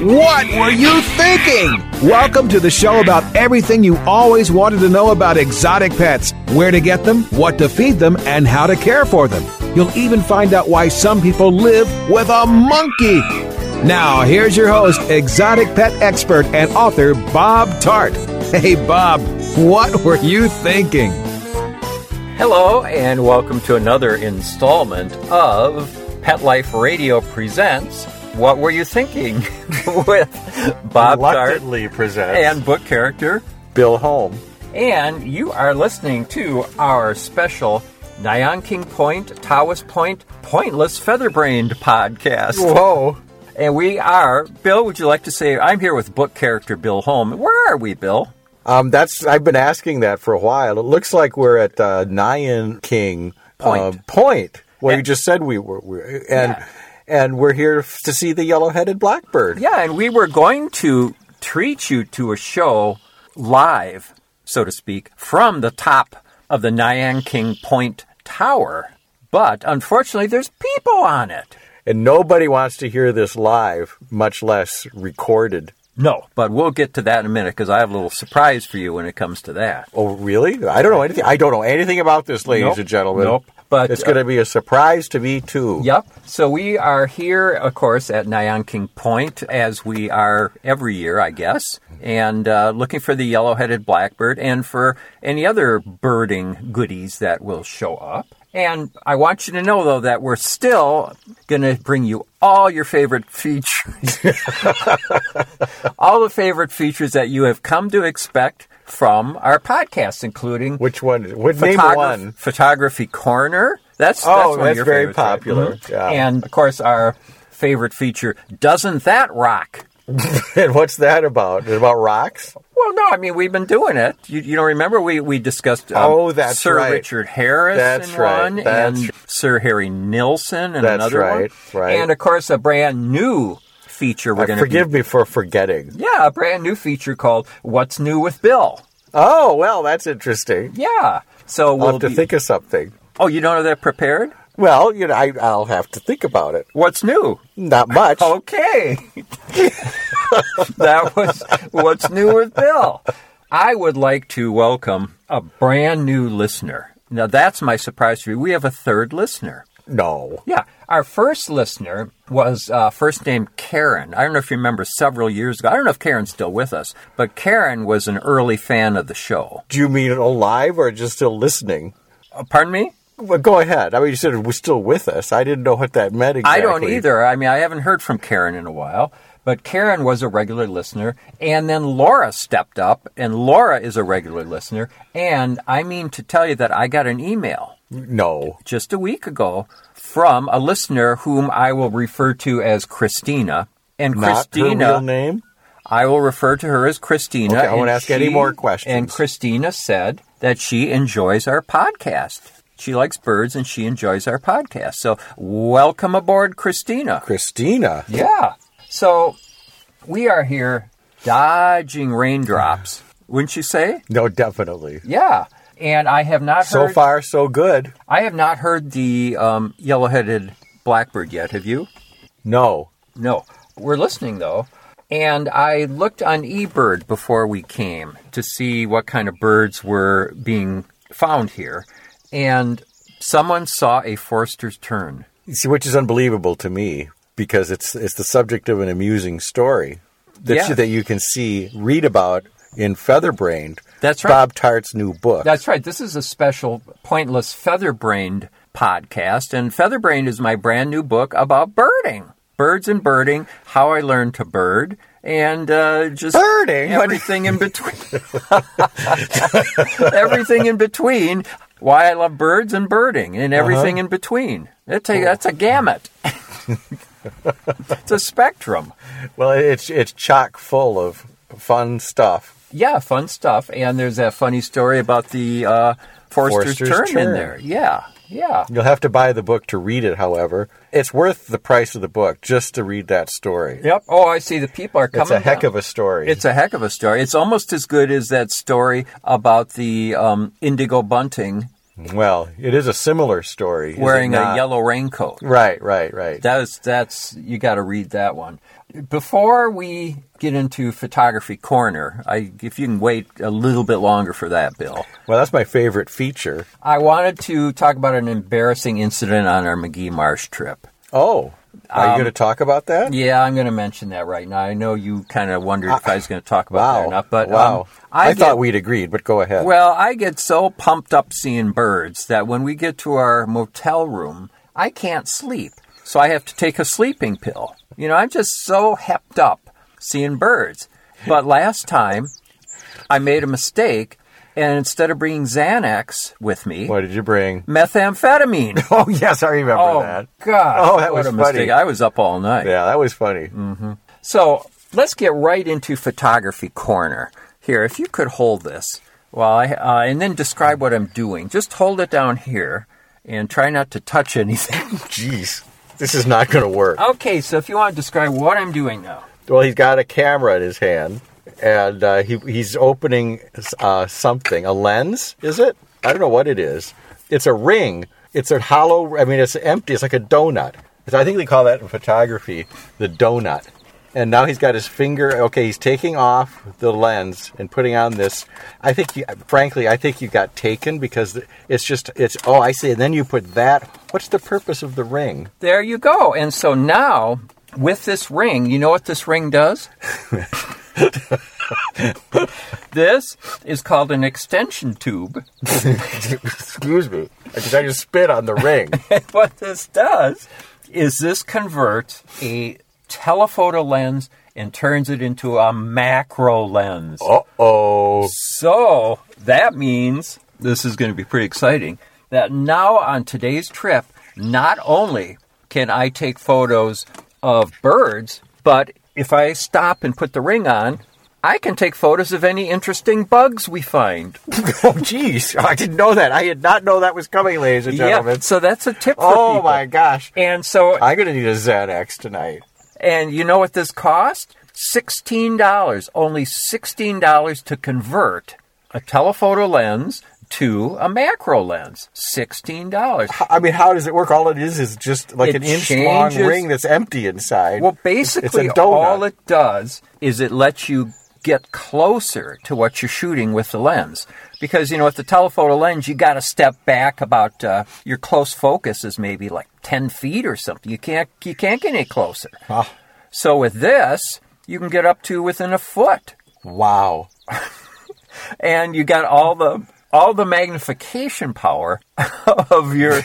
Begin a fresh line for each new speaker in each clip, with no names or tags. What were you thinking? Welcome to the show about everything you always wanted to know about exotic pets where to get them, what to feed them, and how to care for them. You'll even find out why some people live with a monkey. Now, here's your host, exotic pet expert and author Bob Tart. Hey, Bob, what were you thinking?
Hello, and welcome to another installment of Pet Life Radio Presents What Were You Thinking? with Bob Tart
Reluctantly presents
and book character.
Bill Holm.
And you are listening to our special Nyan King Point, Taoist Point, Pointless Featherbrained podcast.
Whoa.
And we are, Bill, would you like to say, I'm here with book character Bill Holm. Where are we, Bill?
Um, that's I've been asking that for a while. It looks like we're at uh, Nyan King uh,
Point.
Point, where
Yeah.
you just said we were, we and
Yeah.
and we're here f- to see the yellow-headed blackbird.
Yeah, and we were going to treat you to a show live, so to speak, from the top of the Nyan King Point Tower. But unfortunately, there's people on it.
And nobody wants to hear this live, much less recorded.
No, but we'll get to that in a minute because I have a little surprise for you when it comes to that.
Oh, really? I don't know anything. I don't know anything about this, ladies
Nope.
and gentlemen.
Nope. But,
it's
uh,
going to be a surprise to me too.
Yep. So we are here, of course, at Nyan King Point, as we are every year, I guess, and uh, looking for the yellow headed blackbird and for any other birding goodies that will show up. And I want you to know, though, that we're still going to bring you all your favorite features, all the favorite features that you have come to expect from our podcast, including
Which one? What name
Photograph-
one?
Photography Corner. That's
Oh,
that's, one of
that's
your
very
favorites, right?
popular.
Mhm.
Yeah.
And of course, our favorite feature. Doesn't that rock?
And what's that about? Is it about rocks?
Well, no, I mean we've been doing it. You, you don't remember we we discussed um,
Oh, that's
Sir
right.
Richard Harris
That's
in
right.
one,
That's
and
right.
Sir Harry Nilsson and
That's
another
right.
one,
Right.
and of course a brand new feature we're
Uh,
going to
forgive me for forgetting.
Yeah, a brand new feature called "What's New with Bill."
Oh well, that's interesting.
Yeah, so
I'll
we'll
have to
be-
think of something.
Oh, you don't have that prepared?
Well, you know, I, I'll have to think about it.
What's new?
Not much.
Oh. Okay. that was what's new with Bill. I would like to welcome a brand new listener. Now, that's my surprise for you. We have a third listener.
No.
Yeah. Our first listener was uh, first name Karen. I don't know if you remember several years ago. I don't know if Karen's still with us, but Karen was an early fan of the show.
Do you mean alive or just still listening?
Uh, pardon me?
Well, go ahead. I mean, you said it was still with us. I didn't know what that meant exactly.
I don't either. I mean, I haven't heard from Karen in a while, but Karen was a regular listener. And then Laura stepped up, and Laura is a regular listener. And I mean to tell you that I got an email
No.
just a week ago from a listener whom I will refer to as Christina. And
Not
Christina,
her real name.
I will refer to her as Christina.
Okay, I won't
and
ask any more questions.
And Christina said that she enjoys our podcast. She likes birds and she enjoys our podcast. So, welcome aboard, Christina.
Christina.
Yeah. So, we are here dodging raindrops, wouldn't you say?
No, definitely.
Yeah. And I have not
So
heard.
far, so good.
I have not heard the um, yellow-headed blackbird yet. Have you?
No.
No. We're listening though. And I looked on eBird before we came to see what kind of birds were being found here. And someone saw a Forster's tern.
You See, which is unbelievable to me because it's it's the subject of an amusing story that
Yeah.
you, that you can see read about in Featherbrained.
That's right.
Bob Tart's new book.
That's right. This is a special pointless featherbrained podcast, and featherbrained is my brand new book about birding, birds and birding, how I learned to bird, and uh, just
Birding? What-
everything in between, everything in between.
Uh-huh.
Why I love birds and birding, and everything in between. That take- That's a gamut. It's a spectrum.
Well, it's it's chock full of fun stuff.
Yeah, fun stuff. And there's that funny story about the uh, Forster's,
Forster's
turn, in
Turn.
there. Yeah, yeah.
You'll have to buy the book to read it. However, it's worth the price of the book just to read that story.
Yep. Oh, I see. The people are coming.
It's a heck
down.
of a story.
It's a heck of a story. It's almost as good as that story about the um, indigo bunting
well, it is a similar story. is it
wearing a
not?
yellow raincoat.
Right, right, right.
That's that's you got to read that one. Before we get into photography corner, I if you can wait a little bit longer for that, Bill.
well, that's my favorite feature.
I wanted to talk about an embarrassing incident on our McGee Marsh trip.
Oh, are
Um,
you going to talk about that?
Yeah, I'm going to mention that right now. I know you kind of wondered if I was going to talk about
Uh, Wow.
that or not, but um,
wow. I,
get-
thought we'd agreed, but go ahead.
Well, I get so pumped up seeing birds that when we get to our motel room, I can't sleep. So I have to take a sleeping pill. You know, I'm just so hepped up seeing birds. But last time, I made a mistake, and instead of bringing Xanax with me,
what did you bring?
methamphetamine.
Oh, yes, I remember
Oh,
that.
God.
Oh, that
what
was
a
funny.
mistake. I was up all night.
Yeah, that was funny.
So let's get right into photography corner here. If you could hold this, while I uh, and then describe what I'm doing. Just hold it down here and try not to touch anything.
Jeez, this is not going to work.
okay, so if you want to describe what I'm doing now,
Well, he's got a camera in his hand, and uh, he he's opening uh, something. A lens, is it? I don't know what it is. It's a ring. It's a hollow. I mean, it's empty. It's like a donut. I think they call that in photography the donut. And now he's got his finger. Okay, he's taking off the lens and putting on this. I think, you, frankly, I think you got taken because it's just it's. Oh, I see. And then you put that. What's the purpose of the ring?
there you go. And so now with this ring, you know what this ring does? this is called an extension tube.
Excuse me. Because I just spit on the ring.
what this does is this converts a telephoto lens and turns it into a macro lens.
Uh oh.
So that means this is going to be pretty exciting that now on today's trip, not only can I take photos of birds, but if I stop and put the ring on, I can take photos of any interesting bugs we find.
Oh, jeez. I didn't know that. I did not know that was coming, ladies and gentlemen.
Yeah, so that's a tip for
oh,
people.
my gosh.
And so
I'm going to need a Xanax tonight.
And you know what this cost? $16. Only $16 to convert a telephoto lens to a macro lens. $16.
I mean, how does it work? All it is is just like
It
an inch
changes-
long ring that's empty inside.
Well,
It's-
basically,
it's a donut.
all it does is it lets you get closer to what you're shooting with the lens. Because, you know, with the telephoto lens, you got to step back about uh, your close focus is maybe like 10 feet or something. You can't, you can't get any closer.
Ah.
So with this, you can get up to within a foot.
Wow.
and you got all the all the magnification power of your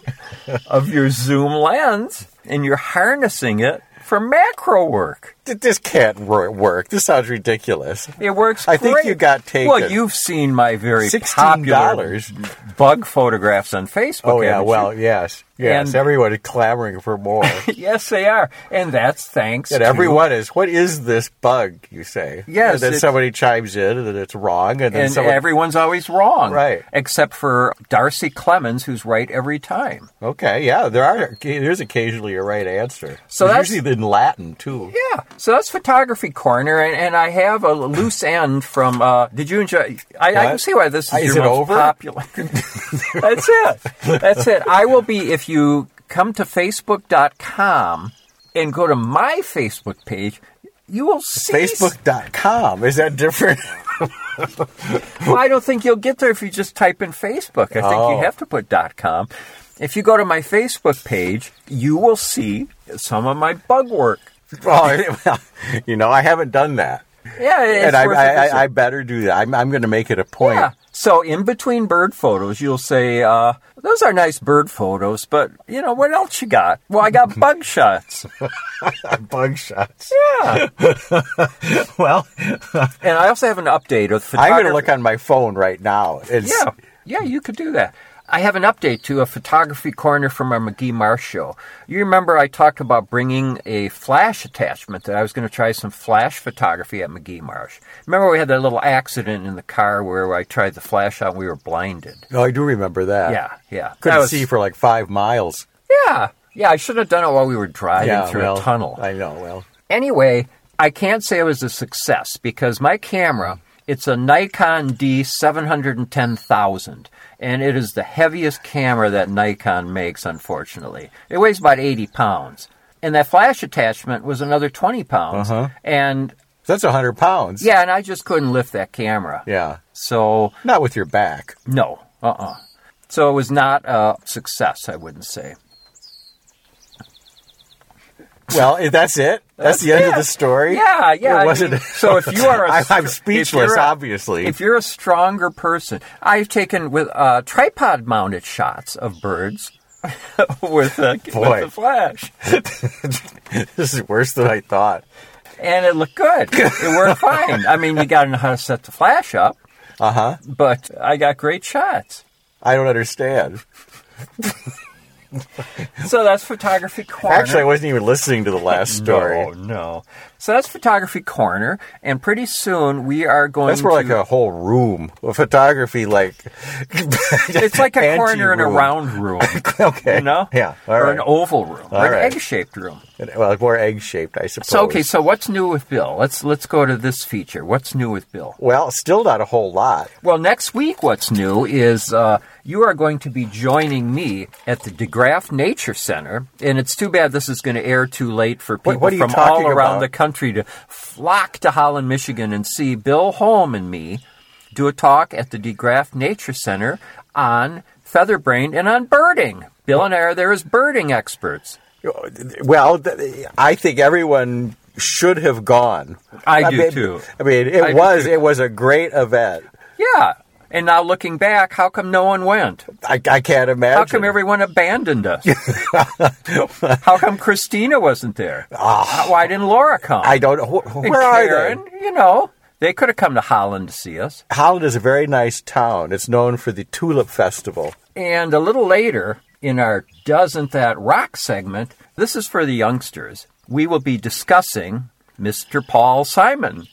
of your zoom lens and you're harnessing it for macro work.
Th- This can't wor- work. This sounds ridiculous.
It works
I think
great.
you got taken.
Well, you've seen my very popular
$16.
bug photographs on Facebook.
Oh, yeah.
haven't you?
Well, yes. Yes.
And-
everyone is clamoring for more.
yes, they are, and that's thanks.
and
to-
everyone is, what is this bug, you say?
Yes,
And then
it's-
somebody chimes in and it's wrong. And then
and
someone.
everyone's always wrong,
Right.
Except for Darcy Clemens, who's right every time.
Okay, yeah, there are. There's occasionally a right answer.
So
It's
that's-
usually in Latin too.
Yeah, so that's photography corner, and, and I have a loose end from. Uh, did you enjoy? I, I can
What?
see why this is,
Is
your
it
most
over?
popular. that's it. That's it. I will be if you come to Facebook.com and go to my Facebook page. You will see.
Facebook.com is that different?
Well, I don't think you'll get there if you just type in Facebook. I think you
Oh.
have to put .com. If you go to my Facebook page, you will see some of my bug work.
oh, well, you know, I haven't done that,
Yeah, it's
and I,
worth a
I,
visit.
I, I better do that. I'm, I'm going to make it a point.
Yeah. So in between bird photos, you'll say, uh, "Those are nice bird photos," but you know what else you got? Well, I got bug shots,
Bug shots.
Yeah.
well,
and I also have an update of
I'm
photography.
going to look on my phone right now. It's,
Yeah, yeah, you could do that. I have an update to a photography corner from our McGee Marsh show. You remember I talked about bringing a flash attachment that I was going to try some flash photography at McGee Marsh. Remember we had that little accident in the car where I tried the flash on, we were blinded.
Oh, I do remember that.
Yeah, yeah.
Couldn't
That was-
see for like five miles.
Yeah, yeah. I should have done it while we were driving through
well,
a tunnel.
I know. Well,
Anyway, I can't say it was a success because my camera, it's a Nikon D710,000, and it is the heaviest camera that Nikon makes, unfortunately. It weighs about 80 pounds. And that flash attachment was another 20 pounds.
Uh-huh.
And
that's a hundred pounds.
yeah, and I just couldn't lift that camera.
Yeah.
So,
Not with your back.
no, uh uh So it was not a success, I wouldn't say.
Well, if that's it. That's, the end of the story.
Yeah, yeah.
It
I
wasn't.
mean, so if you are, a,
I, I'm
if you're
speechless.
a-
obviously.
If you're a stronger person, I've taken with uh, tripod mounted shots of birds with, a,
Boy.
with the flash,
this is worse than I thought.
and it looked good. It worked fine. I mean, you got to know how to set the flash up,
Uh huh.
but I got great shots.
I don't understand.
So that's photography corner.
Actually, I wasn't even listening to the last story.
No, no. So that's photography corner, and pretty soon we are going.
That's more like
to-
a whole room of photography. Like
It's like a corner in a
Anti-room.
round room.
okay,
You know?
yeah, all
or
right.
an oval room.
All
or an
right.
egg shaped room.
well, more egg shaped, I suppose.
So okay, so what's new with Bill? Let's let's go to this feature. What's new with Bill?
well, still not a whole lot.
Well, next week what's new is uh, you are going to be joining me at the DeGraff Nature Center, and it's too bad this is going to air too late for people
What- what are you
from all
talking
around
about?
the country to flock to Holland, Michigan and see Bill Holm and me do a talk at the DeGraff Nature Center on featherbrain and on birding. Bill and I are there as birding experts.
Well, th- I think everyone should have gone.
I do
mean,
too.
I mean, it
I do
was
too.
it was a great event.
Yeah. And now looking back, how come no one went?
I, I can't imagine.
How come everyone abandoned us? How come Christina wasn't there? How- Why didn't Laura come?
Ah. I don't know. Wh-
And
Where are
Karen,
they?
You know, they could have come to Holland to see us.
Holland is a very nice town. It's known for the Tulip Festival.
And a little later in our Doesn't That Rock segment, this is for the youngsters, we will be discussing Mr. Paul Simon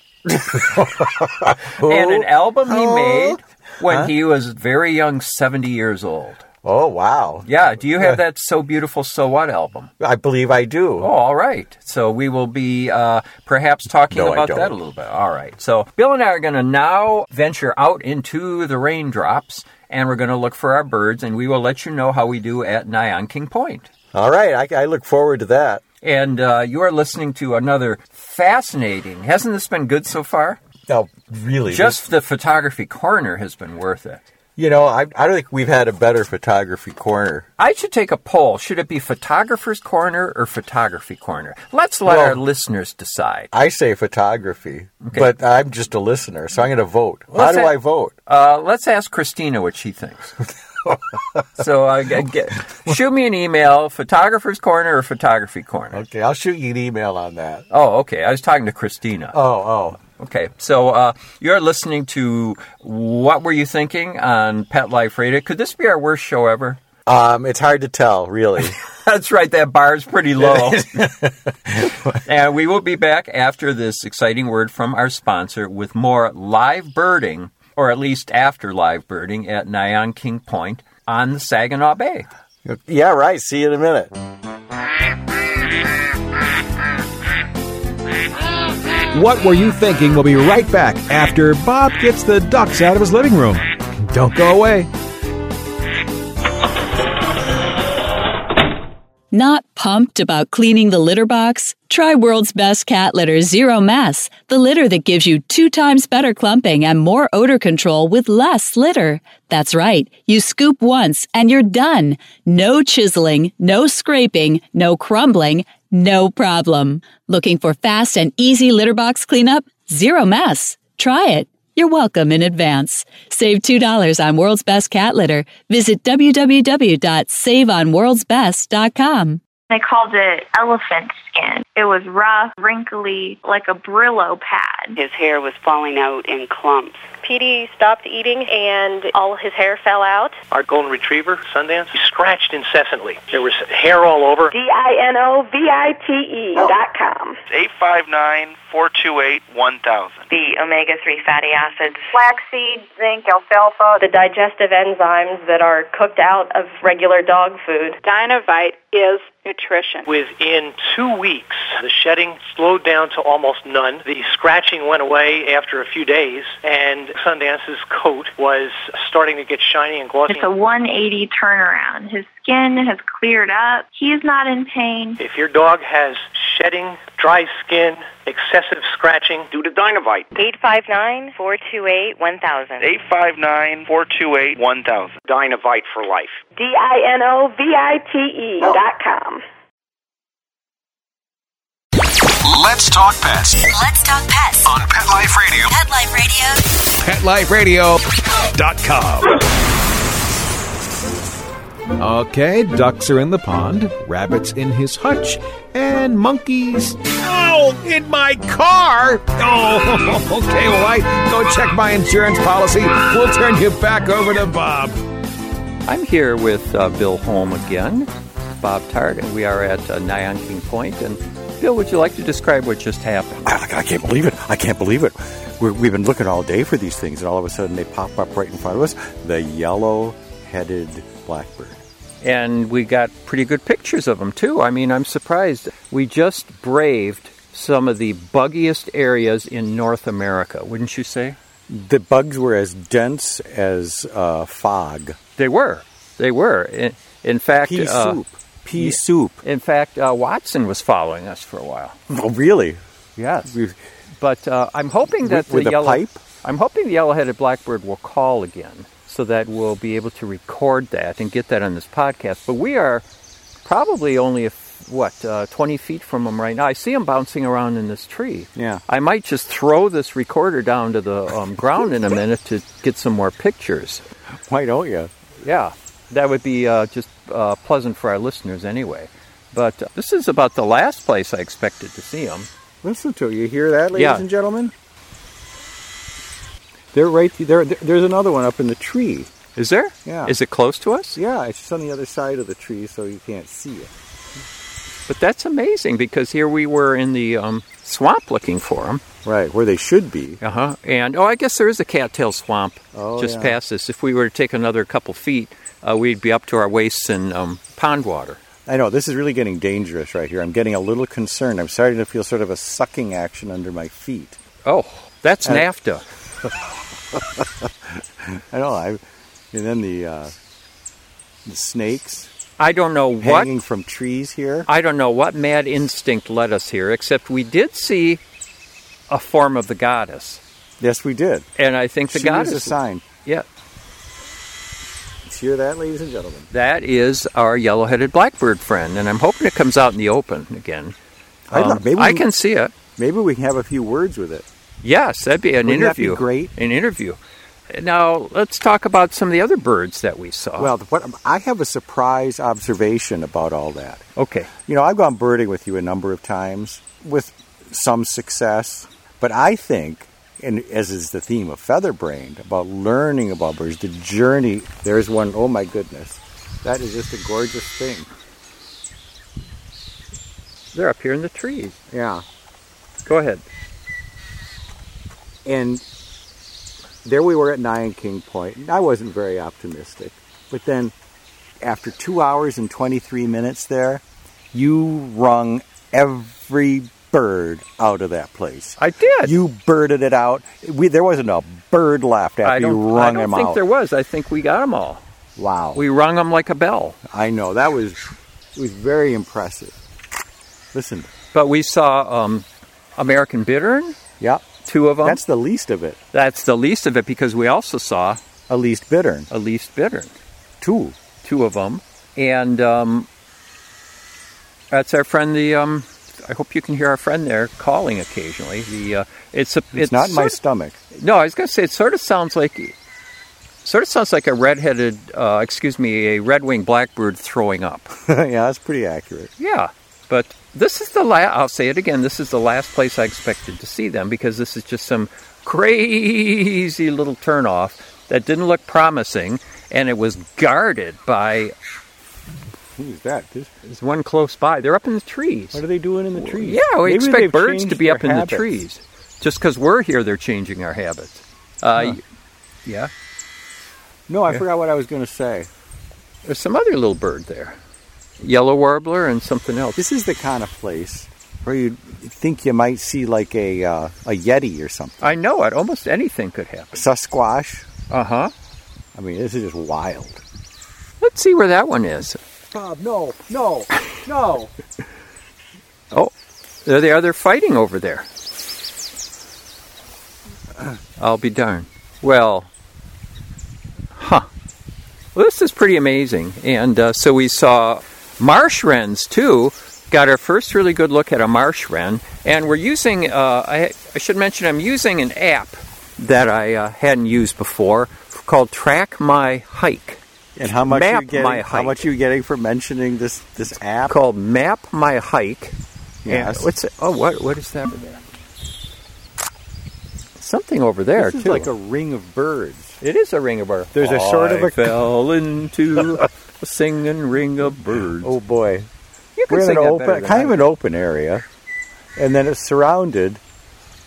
and an album he made when he was very young, 70 years old.
Oh wow!
Yeah, do you have that So Beautiful So What album?
I believe I do.
Oh, all right. So we will be uh, perhaps talking
No, I
about
don't.
that a little bit. All right. So Bill and I are going to now venture out into the raindrops and we're going to look for our birds and we will let you know how we do at Nyan King Point.
All right, I, I look forward to that.
And uh, you are listening to another fascinating. Hasn't this been good so far?
No, really,
Just the photography corner has been worth it.
you know, I, I don't think we've had a better photography corner.
I should take a poll. Should it be Photographer's Corner or Photography Corner? Let's let
Well-
our listeners decide.
I say photography,
Okay.
but I'm just a listener, so I'm going to vote. How
Let's
do
ha-
I vote?
Uh, let's ask Christina what she thinks. so uh, g- get, shoot me an email, photographer's corner or photography corner.
Okay, I'll shoot you an email on that.
Oh, okay. I was talking to Christina.
Oh, oh,
Okay, so uh, you're listening to What Were You Thinking on Pet Life Radio. Could this be our worst show ever?
um, it's hard to tell, really.
That's right, that bar is pretty low. and we will be back after this exciting word from our sponsor with more live birding, or at least after live birding, at Nyan King Point on the Saginaw Bay.
yeah, right. See you in a minute.
What Were You Thinking? will be right back after Bob gets the ducks out of his living room. Don't go away.
Not pumped about cleaning the litter box? Try World's Best Cat Litter Zero Mess, the litter that gives you two times better clumping and more odor control with less litter. That's right, you scoop once and you're done. No chiseling, no scraping, no crumbling, no problem. Looking for fast and easy litter box cleanup? Zero Mess. Try it. You're welcome in advance. Save $2 on World's Best Cat Litter. Visit www.saveonworldsbest.com.
They called it elephant skin. It was rough, wrinkly, like a Brillo pad.
His hair was falling out in clumps.
Petey stopped eating and all his hair fell out.
Our golden retriever, Sundance, he scratched incessantly. There was hair all over.
D-I-N-O-V-I-T-E dot com.
859 428 1000.
The omega 3 fatty acids.
Flaxseed, zinc, alfalfa, the digestive enzymes that are cooked out of regular dog food.
Dynavite is nutrition.
Within two weeks, the shedding slowed down to almost none. The scratching went away after a few days, and Sundance's coat was starting to get shiny and glossy.
It's a 180 turnaround. His skin has cleared up. He's not in pain.
If your dog has shedding, dry skin, excessive scratching,
due to dynavite.
859 428 1000.
859 428 1000. Dynavite for life.
E
D-I-N-O-V-I-T-E dot com.
Let's talk pets.
Let's talk pets
on Pet Life Radio.
Pet Life Radio.
PetLifeRadio.com. Okay, ducks are in the pond, rabbits in his hutch, and monkeys. Oh, in my car! Oh, okay, well, I go check my insurance policy. We'll turn you back over to Bob.
I'm here with uh, Bill Holm again, Bob Tart, and we are at uh, Nyanking Point. And Bill, would you like to describe what just happened?
I, I can't believe it. I can't believe it. We're, we've been looking all day for these things, and all of a sudden they pop up right in front of us the yellow headed blackbird.
And we got pretty good pictures of them, too. I mean, I'm surprised. We just braved some of the buggiest areas in North America, wouldn't you say?
The bugs were as dense as uh, fog.
They were. They were. In, in fact,
pea uh, soup. Pea yeah. soup.
In fact, uh, Watson was following us for a while.
Oh, really?
Yes. We've, but uh, I'm hoping that
with,
the
with
yellow,
pipe?
I'm hoping the yellow-headed blackbird will call again, so that we'll be able to record that and get that on this podcast. But we are probably only a, what uh, 20 feet from him right now. I see him bouncing around in this tree.
Yeah.
I might just throw this recorder down to the um, ground in a minute to get some more pictures.
Why don't you?
Yeah, that would be uh, just pleasant for our listeners anyway. But uh, this is about the last place I expected to see him.
Listen to it. You hear that, ladies
Yeah.
and gentlemen? They're right there. there- There's another one up in the tree.
Is there?
Yeah.
Is it close to us?
Yeah, it's just on the other side of the tree, so you can't see it.
But that's amazing because here we were in the um, swamp looking for them.
Right where they should be.
Uh huh. And oh, I guess there is a cattail swamp
Uh-huh. Oh,
just
yeah.
past this. If we were to take another couple feet, uh, we'd be up to our waists in um, pond water.
I know this is really getting dangerous right here. I'm getting a little concerned. I'm starting to feel sort of a sucking action under my feet.
Oh, that's
And-
NAFTA.
I know. I, and then the uh, the snakes
I don't know what
hanging from trees here.
I don't know what mad instinct led us here, except we did see a form of the goddess,
Yes, we did.
and I think the
She was
goddess.
a sign.
Yeah,
Did you hear that, ladies and gentlemen?
that is our yellow-headed blackbird friend, and I'm hoping it comes out in the open again. Um,
I'd love- maybe we
I
can-
can see it.
Maybe we can have a few words with it.
Yes, that'd be an
Wouldn't that be
interview.
great?
An interview. Now let's talk about some of the other birds that we saw.
Well, what I have a surprise observation about all that.
okay.
You know, I've gone birding with you a number of times with some success, but I think, and as is the theme of Featherbrained, about learning about birds, the journey. There's one, oh my goodness, that is just a gorgeous thing.
They're up here in the trees.
Yeah.
Go ahead.
And there we were at Nyan King Point, and I wasn't very optimistic. But then, after two hours and 23 minutes there, you wrung every bird out of that place.
I did.
You birded it out. We, there wasn't a bird left
I
after you
don't,
wrung
I don't
them
think
out.
there was. I think we got them all.
wow.
We rung them like a bell.
I know. That was, it was very impressive. Listen.
But we saw um, American bittern,
Yeah.
two of them.
That's the least of it.
That's the least of it because we also saw
A least bittern.
a least bittern,
Two.
two of them, and um, that's our friend. The um, I hope you can hear our friend there calling occasionally. The uh, it's a
It's, not in my
sort
stomach.
of- no. I was going to say it sort of sounds like Sort of sounds like a red-headed, uh, excuse me, a red-winged blackbird throwing up.
yeah, that's pretty accurate.
Yeah, but this is the last. I'll say it again. This is the last place I expected to see them because this is just some crazy little turnoff that didn't look promising, and it was guarded by.
Who's that? This-
There's one close by. They're up in the trees.
What are they doing in the trees?
Yeah, we
Maybe they've
expect birds to
changed
be
their
up in the
habits.
trees. Just because we're here, they're changing our habits. Uh, y- Yeah.
No, I
Yeah.
forgot what I was going to say.
There's some other little bird there. Yellow warbler and something else.
This is the kind of place where you think you might see like a uh, a yeti or something.
I know it. Almost anything could happen.
Sasquatch.
Uh huh.
I mean, this is just wild.
Let's see where that one is.
Bob, no, no, no.
Oh, there they are. They're fighting over there. I'll be darned. Well, huh. Well, this is pretty amazing. And uh, so we saw marsh wrens too. Got our first really good look at a marsh wren. And we're using, uh, I, I should mention, I'm using an app that I uh, hadn't used before called Track My Hike.
And how much
Map
you getting,
my
how
hike.
much you getting for mentioning this this app?
called Map My Hike.
Yes.
And what's it? Oh, what what is that over there? Something over there
this is
too.
like a ring of birds.
it is a ring of birds.
There's a sort of
I
a-
fell into a singing ring of birds.
Oh boy,
you can
we're in
sing
an
that better
open,
than
kind of
I
an open area, and then it's surrounded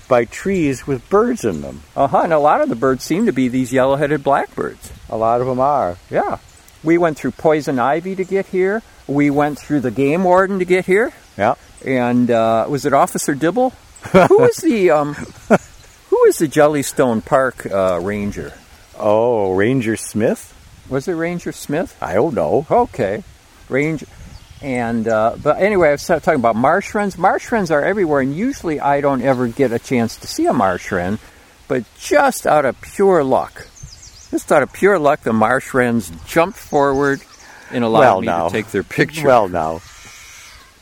by trees with birds in them.
Uh huh. And a lot of the birds seem to be these yellow-headed blackbirds.
A lot of them are.
Yeah. We went through poison ivy to get here. We went through the game warden to get here.
Yeah.
And uh, was it Officer Dibble? who was the um? Who was the Jellystone Park uh, ranger?
Oh, Ranger Smith.
Was it Ranger Smith?
I don't know.
Okay, Ranger. And uh, but anyway, I was talking about marsh wrens. Marsh wrens are everywhere, and usually I don't ever get a chance to see a marsh wren. But just out of pure luck, just out of pure luck, the marsh wrens jumped forward and allowed
well,
me
now
to take their picture.
Well, now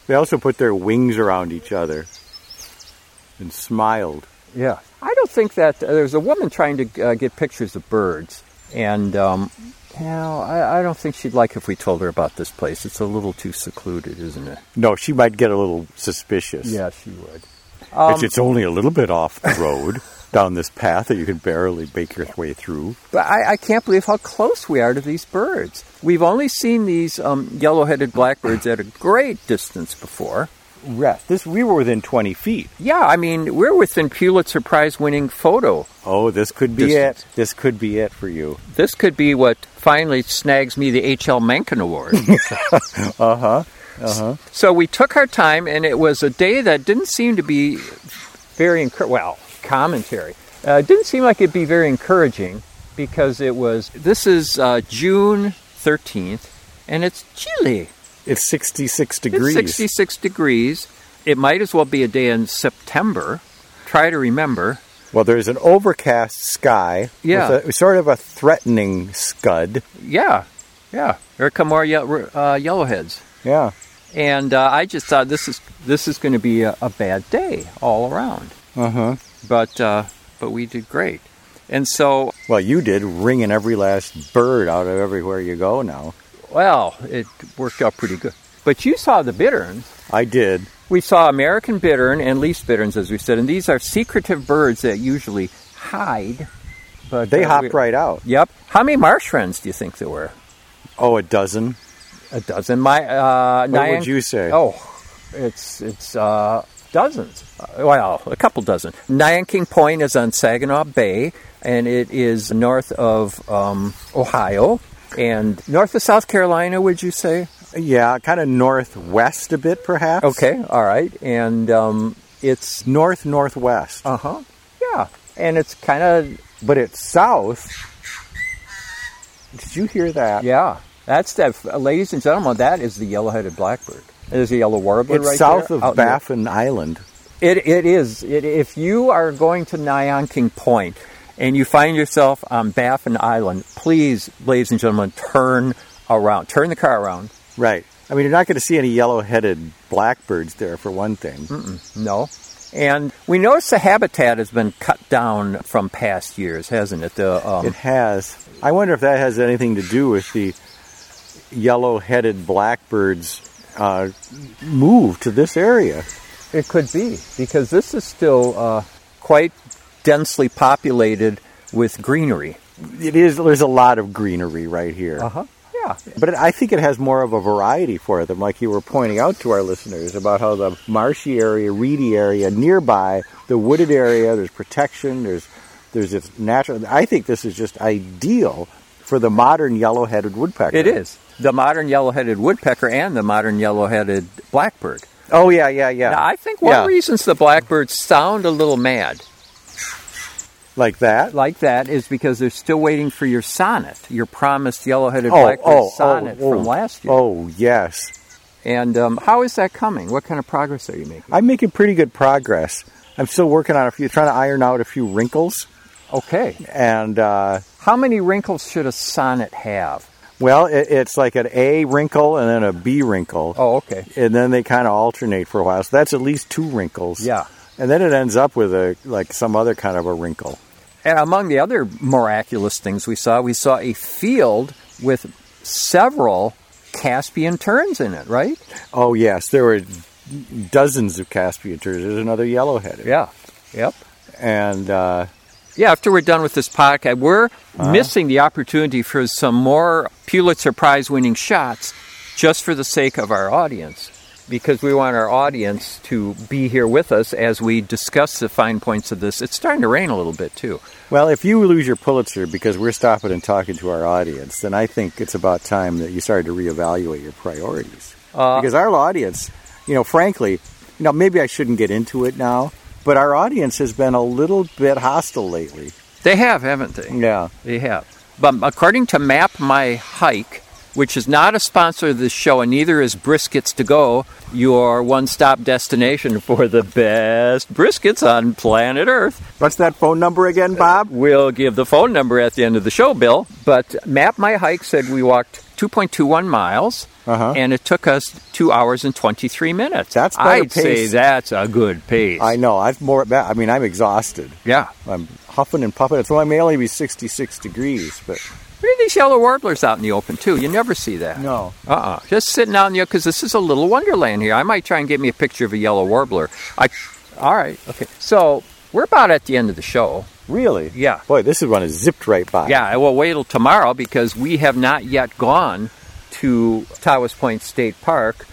they also put their wings around each other and smiled.
Yeah. I don't think that uh, there's a woman trying to uh, get pictures of birds, and um, you know, I, I don't think she'd like if we told her about this place. It's a little too secluded, isn't it?
No, she might get a little suspicious.
Yeah, she would.
it's, it's only a little bit off the road down this path that you can barely make your way through.
But I, I can't believe how close we are to these birds. We've only seen these um, yellow-headed blackbirds at a great distance before.
Rest. This we were within twenty feet.
Yeah, I mean, we're within Pulitzer Prize-winning photo.
Oh, this could be
Distance.
it. This could be it for you.
This could be what finally snags me the H.L. Mencken Award.
Uh huh. Uh huh.
So we took our time, and it was a day that didn't seem to be very encour- well commentary. Uh, it didn't seem like it'd be very encouraging because it was. This is uh, June thirteenth, and it's chilly.
It's sixty-six degrees.
It's 66 degrees. It might as well be a day in September. Try to remember.
Well, there's an overcast sky.
Yeah.
With a, sort of a threatening scud.
Yeah, yeah. There come more ye- uh, yellowheads.
Yeah.
And uh, I just thought this is this is going to be a, a bad day all around.
Uh huh.
But uh, but we did great. And so
Well, you did ringing every last bird out of everywhere you go now.
well, it worked out pretty good. But you saw the bitterns.
I did.
We saw American bittern and least bitterns, as we said, and these are secretive birds that usually hide. But
They
uh,
hopped
we-
right out.
Yep. How many marsh wrens do you think there were?
Oh, a dozen.
A dozen. My uh,
What
Nyan-
would you say?
Oh, it's it's uh, dozens. Uh, well, a couple dozen. Nyanking Point is on Saginaw Bay, and it is north of um, Ohio and north of South Carolina. Would you say?
Yeah, kind of northwest a bit, perhaps.
Okay. All right. And um, it's
North northwest.
uh huh. Yeah. And it's kind of
but it's south. Did you hear that?
yeah. That's that, ladies and gentlemen. That is the yellow-headed blackbird. There's a yellow warbler
It's
right
south
there,
of
out in the-
Baffin Island.
It, it is. It, if you are going to Nyanking Point and you find yourself on Baffin Island, please, ladies and gentlemen, turn around. Turn the car around.
Right. I mean, you're not going to see any yellow-headed blackbirds there, for one thing.
No. And we notice the habitat has been cut down from past years, hasn't it? The, um,
It has. I wonder if that has anything to do with the yellow-headed blackbirds uh, move to this area.
It could be because this is still uh, quite densely populated with greenery.
It is. There's a lot of greenery right here.
Uh-huh. Yeah.
But it, I think it has more of a variety for them, like you were pointing out to our listeners about how the marshy area, reedy area, nearby, the wooded area, there's protection, there's there's its natural. I think this is just ideal for the modern yellow-headed woodpecker.
It is the modern yellow-headed woodpecker and the modern yellow-headed blackbird.
Oh yeah, yeah, yeah.
Now, I think one
Yeah.
reasons the blackbirds sound a little mad
like that.
like that is because they're still waiting for your sonnet, your promised yellow-headed
Oh,
blackbird
oh, oh,
sonnet
oh.
from last year.
Oh yes.
And um, how is that coming? What kind of progress are you making?
I'm making pretty good progress. I'm still working on a few, trying to iron out a few wrinkles.
Okay.
And uh,
How many wrinkles should a sonnet have?
well, it, it's like an A wrinkle and then a B wrinkle,
Oh, okay.
and then they kind of alternate for a while. So that's at least two wrinkles.
Yeah.
And then it ends up with a like some other kind of a wrinkle.
And among the other miraculous things we saw, we saw a field with several Caspian terns in it, right?
Oh yes, there were dozens of Caspian turtles. There's another yellow-headed.
Yeah. Yep.
And uh,
Yeah, after we're done with this podcast, we're missing the opportunity for some more Pulitzer Prize winning shots just for the sake of our audience. Because we want our audience to be here with us as we discuss the fine points of this. It's starting to rain a little bit, too.
Well, if you lose your Pulitzer because we're stopping and talking to our audience, then I think it's about time that you started to reevaluate your priorities. because our audience, you know, frankly, you know, maybe I shouldn't get into it now, but our audience has been a little bit hostile lately.
They have, haven't they?
Yeah.
They have. But according to Map My Hike, which is not a sponsor of this show, and neither is Briskets to Go, your one stop destination for the best briskets on planet Earth.
What's that phone number again, Bob?
We'll give the phone number at the end of the show, Bill. But Map My Hike said we walked 2.21 miles.
Uh-huh.
And it took us two hours and 23 minutes.
That's better
I'd say
pace.
that's a good pace.
I know. I've more. I mean, I'm exhausted.
yeah.
I'm huffing and puffing. It's only may only be 66 degrees, but
Look at these yellow warblers out in the open, too. You never see that.
no.
Uh-uh. Just sitting out in the because this is a little wonderland here. I might try and get me a picture of a yellow warbler. I, all right, okay. So we're about at the end of the show.
Really?
Yeah.
Boy, this is one is zipped right by.
Yeah, I will wait till tomorrow because we have not yet gone to Tawas Point State Park,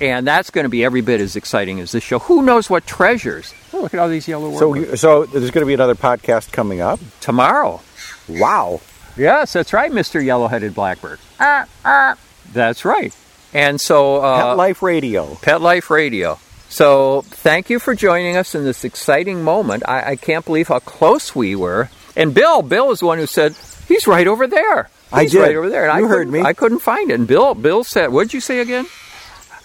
and that's going to be every bit as exciting as this show. Who knows what treasures? Oh, look at all these yellow
So,
warblers.
you- so there's going to be another podcast coming up.
tomorrow.
Wow.
Yes, that's right, Mister Yellow-headed Blackbird. Ah, ah. That's right. And so uh,
Pet Life Radio.
Pet Life Radio. So, thank you for joining us in this exciting moment. I, I can't believe how close we were. And Bill, Bill is the one who said he's right over there. He's
I did.
right over there. And
You
I
heard
couldn't-
me.
I couldn't find it. And Bill, Bill said, "What'd you say again?"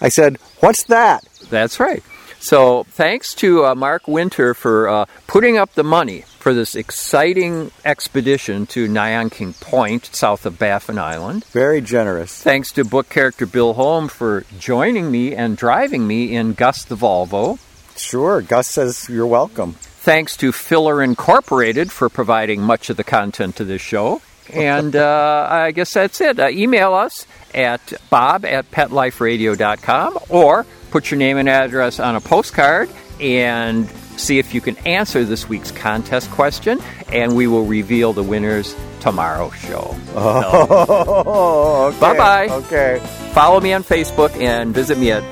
I said, "What's that?"
That's right. So, thanks to uh, Mark Winter for uh, putting up the money for this exciting expedition to Nyanking Point, south of Baffin Island.
Very generous.
Thanks to book character Bill Holm for joining me and driving me in Gus the Volvo.
Sure, Gus says you're welcome.
Thanks to Filler Incorporated for providing much of the content to this show. And uh, I guess that's it. Uh, email us at bob at petliferadio.com or put your name and address on a postcard and see if you can answer this week's contest question. And we will reveal the winners tomorrow's show.
Oh, okay.
Bye-bye.
Okay.
Follow me on Facebook and visit me at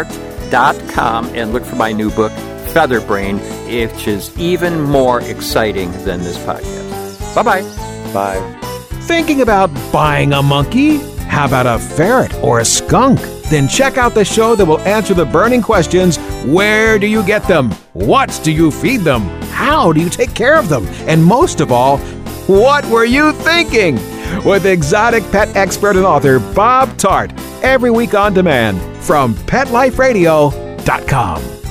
bobtart.com and look for my new book, Featherbrain, which is even more exciting than this podcast. Bye bye.
Bye.
Thinking about buying a monkey? How about a ferret or a skunk? Then check out the show that will answer the burning questions where do you get them? What do you feed them? How do you take care of them? And most of all, what were you thinking? With exotic pet expert and author Bob Tart, every week on demand from PetLifeRadio.com.